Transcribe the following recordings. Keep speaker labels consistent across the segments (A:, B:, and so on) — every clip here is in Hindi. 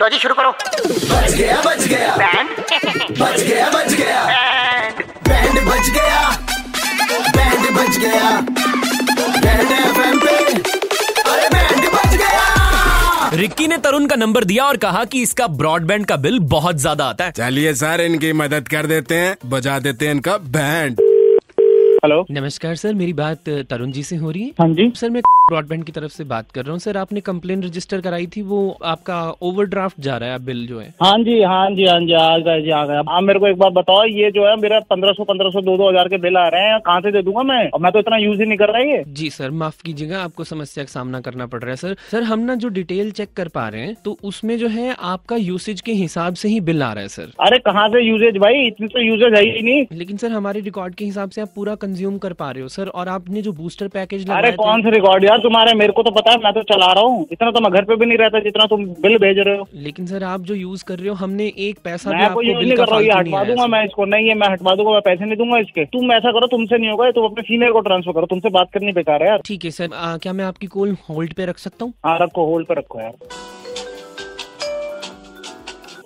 A: लो जी शुरू करो
B: बच गया बच गया
A: बैंड
B: बच गया बच गया बैंड बच गया बैंड बच गया बैंड एफएम पे अरे बैंड बच गया
C: रिक्की ने तरुण का नंबर दिया और कहा कि इसका ब्रॉडबैंड का बिल बहुत ज्यादा आता है
D: चलिए सर इनकी मदद कर देते हैं बजा देते हैं इनका बैंड
E: हेलो
C: नमस्कार सर मेरी बात अ, तरुण जी से हो रही है
E: हाँ जी
C: सर मैं ब्रॉडबैंड की तरफ से बात कर रहा हूँ सर आपने कंप्लेन रजिस्टर कराई थी वो आपका ओवरड्राफ्ट जा रहा है बिल जो है
E: हाँ जी हाँ जी हाँ जी आ गया जी आ गया आप मेरे को एक बार बताओ ये जो है मेरा पंद्रह सौ पंद्रह सौ दो दो हजार के बिल आ रहे हैं कहाँ से दे दूंगा मैं और मैं तो इतना यूज ही नहीं कर रहा ये
C: जी सर माफ कीजिएगा आपको समस्या का सामना करना पड़ रहा है सर सर हम ना जो डिटेल चेक कर पा रहे हैं तो उसमें जो है आपका यूसेज के हिसाब से ही बिल आ रहा है सर
E: अरे कहाँ से यूजेज भाई इतनी तो यूजेज है ही नहीं
C: लेकिन सर हमारे रिकॉर्ड के हिसाब से आप पूरा कंज्यूम कर पा रहे हो सर और आपने जो बूस्टर पैकेज
E: अरे
C: लगाया था-
E: कौन से रिकॉर्ड यार तुम्हारे मेरे को तो पता है मैं तो चला रहा हूँ इतना तो मैं घर पे भी नहीं रहता जितना तुम बिल भेज रहे हो
C: लेकिन सर आप जो यूज कर रहे हो हमने एक पैसा भी
E: मैं
C: आपको
E: कोई यूज
C: बिल
E: नहीं
C: का
E: कर रहा हूँ ये
C: फालतू नहीं
E: हटवा
C: आया
E: दूंगा
C: सर।
E: मैं इसको नहीं है मैं हटवा दूंगा मैं पैसे नहीं दूंगा इसके तुम ऐसा करो तुमसे नहीं होगा तुम अपने सीनियर को ट्रांसफर करो तुमसे बात करनी बेकार है यार
C: ठीक है सर आ, क्या मैं आपकी कॉल होल्ड पे रख सकता हूँ
E: हाँ रखो होल्ड पे रखो यार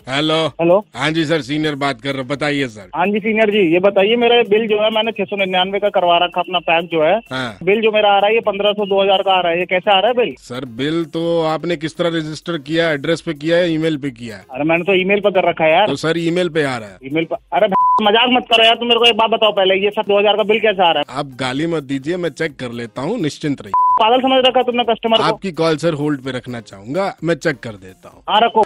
D: हेलो
E: हेलो
D: हाँ जी सर सीनियर बात कर रहा हूँ बताइए सर
E: हाँ जी सीनियर जी ये बताइए मेरा बिल जो है मैंने छह सौ निन्यानवे का करवा रखा अपना पैक जो है
D: हाँ।
E: बिल जो मेरा आ रहा है ये पंद्रह सौ दो हजार का आ रहा है ये कैसे आ रहा है बिल
D: सर बिल तो आपने किस तरह रजिस्टर किया एड्रेस पे किया है ईमेल पे किया है
E: अरे मैंने तो ईमेल पर कर रखा है यार
D: तो सर ईमेल पे आ रहा है
E: ईमेल पर अरे भाई, मजाक मत करो यार तुम मेरे को एक बात बताओ पहले ये सब दो हजार का बिल कैसे आ रहा
D: आप गाली मत दीजिए मैं चेक कर लेता हूँ निश्चिंत रहिए
E: है पागल समझ रखा है तुमने कस्टमर को
D: आपकी कॉल सर होल्ड पे रखना चाहूंगा मैं चेक कर देता हूँ
E: हाँ रखो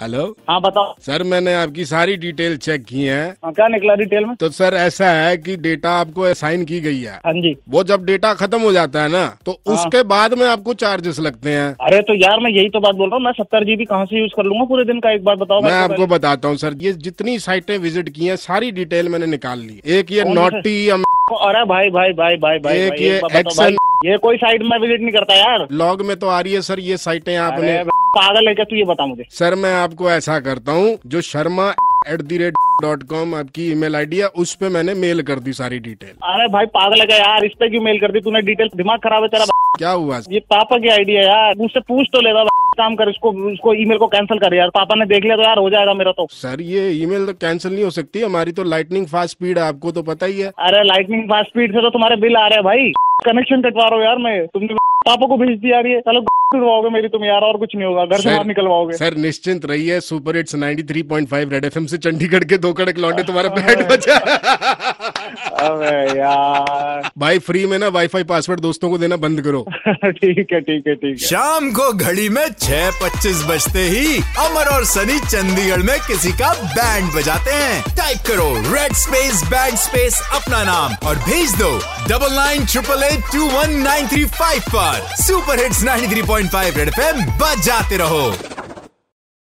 D: हेलो
E: हाँ बताओ
D: सर मैंने आपकी सारी डिटेल चेक की है
E: हाँ, क्या निकला डिटेल में
D: तो सर ऐसा है कि डेटा आपको असाइन की गई है
E: हाँ जी
D: वो जब डेटा खत्म हो जाता है ना तो
E: हाँ।
D: उसके बाद में आपको चार्जेस लगते हैं
E: अरे तो यार मैं यही तो बात बोल रहा हूँ मैं सत्तर जीबी कहाँ से यूज कर लूंगा पूरे दिन का एक बार बताओ
D: मैं
E: मेरे को
D: आपको
E: पहले।
D: बताता हूँ सर ये जितनी साइटें विजिट की हैं सारी डिटेल मैंने निकाल ली एक ये
E: कौन सा?
D: नोटी
E: अरे भाई भाई भाई भाई भाई
D: एक
E: भाई,
D: ये
E: एक बार बताओ भाई, ये कोई साइड में विजिट नहीं करता यार
D: लॉग में तो आ रही है सर ये साइटें
E: अरे
D: आपने
E: पागल है क्या तू ये बता मुझे
D: सर मैं आपको ऐसा करता हूँ जो Sharma at the rate dot com आपकी ईमेल आईडी है उस पे मैंने मेल कर दी सारी डिटेल
E: अरे भाई पागल है क्या यार इस पे क्यों मेल कर दी तूने डिटेल दिमाग खराब है तेरा
D: क्या हुआ
E: ये पापा की आइडिया है यार मुझसे पूछ तो लेगा काम कर इसको उसको ईमेल को कैंसिल कर यार पापा ने देख लिया तो यार हो जाएगा मेरा तो
D: सर ये ईमेल तो कैंसिल नहीं हो सकती हमारी तो लाइटनिंग फास्ट स्पीड है आपको तो पता ही है
E: अरे लाइटनिंग फास्ट स्पीड से तो तुम्हारे बिल आ रहे हैं भाई कनेक्शन कटवा रहा हूँ यार मैं तुमने पापा को भेज दिया यार ये चलो छुड़वाओगे मेरी तुम यार और कुछ नहीं होगा घर से
D: सर-
E: बाहर निकलवाओगे
D: सर निश्चिंत रहिए सुपर हिट्स 93.5 रेड एफएम से चंडीगढ़ के दो कड़क लौटे तुम्हारा बैंड बजा
E: अबे यार
D: भाई फ्री में ना वाईफाई पासवर्ड दोस्तों को देना बंद करो
E: ठीक है ठीक है ठीक है
F: शाम को घड़ी में छह पच्चीस बजते ही अमर और सनी चंडीगढ़ में किसी का बैंड बजाते हैं टाइप करो रेड स्पेस बैंड स्पेस अपना नाम और भेज दो double nine triple eight two one nine three five पर super hits 93.5 three point five red M बजाते रहो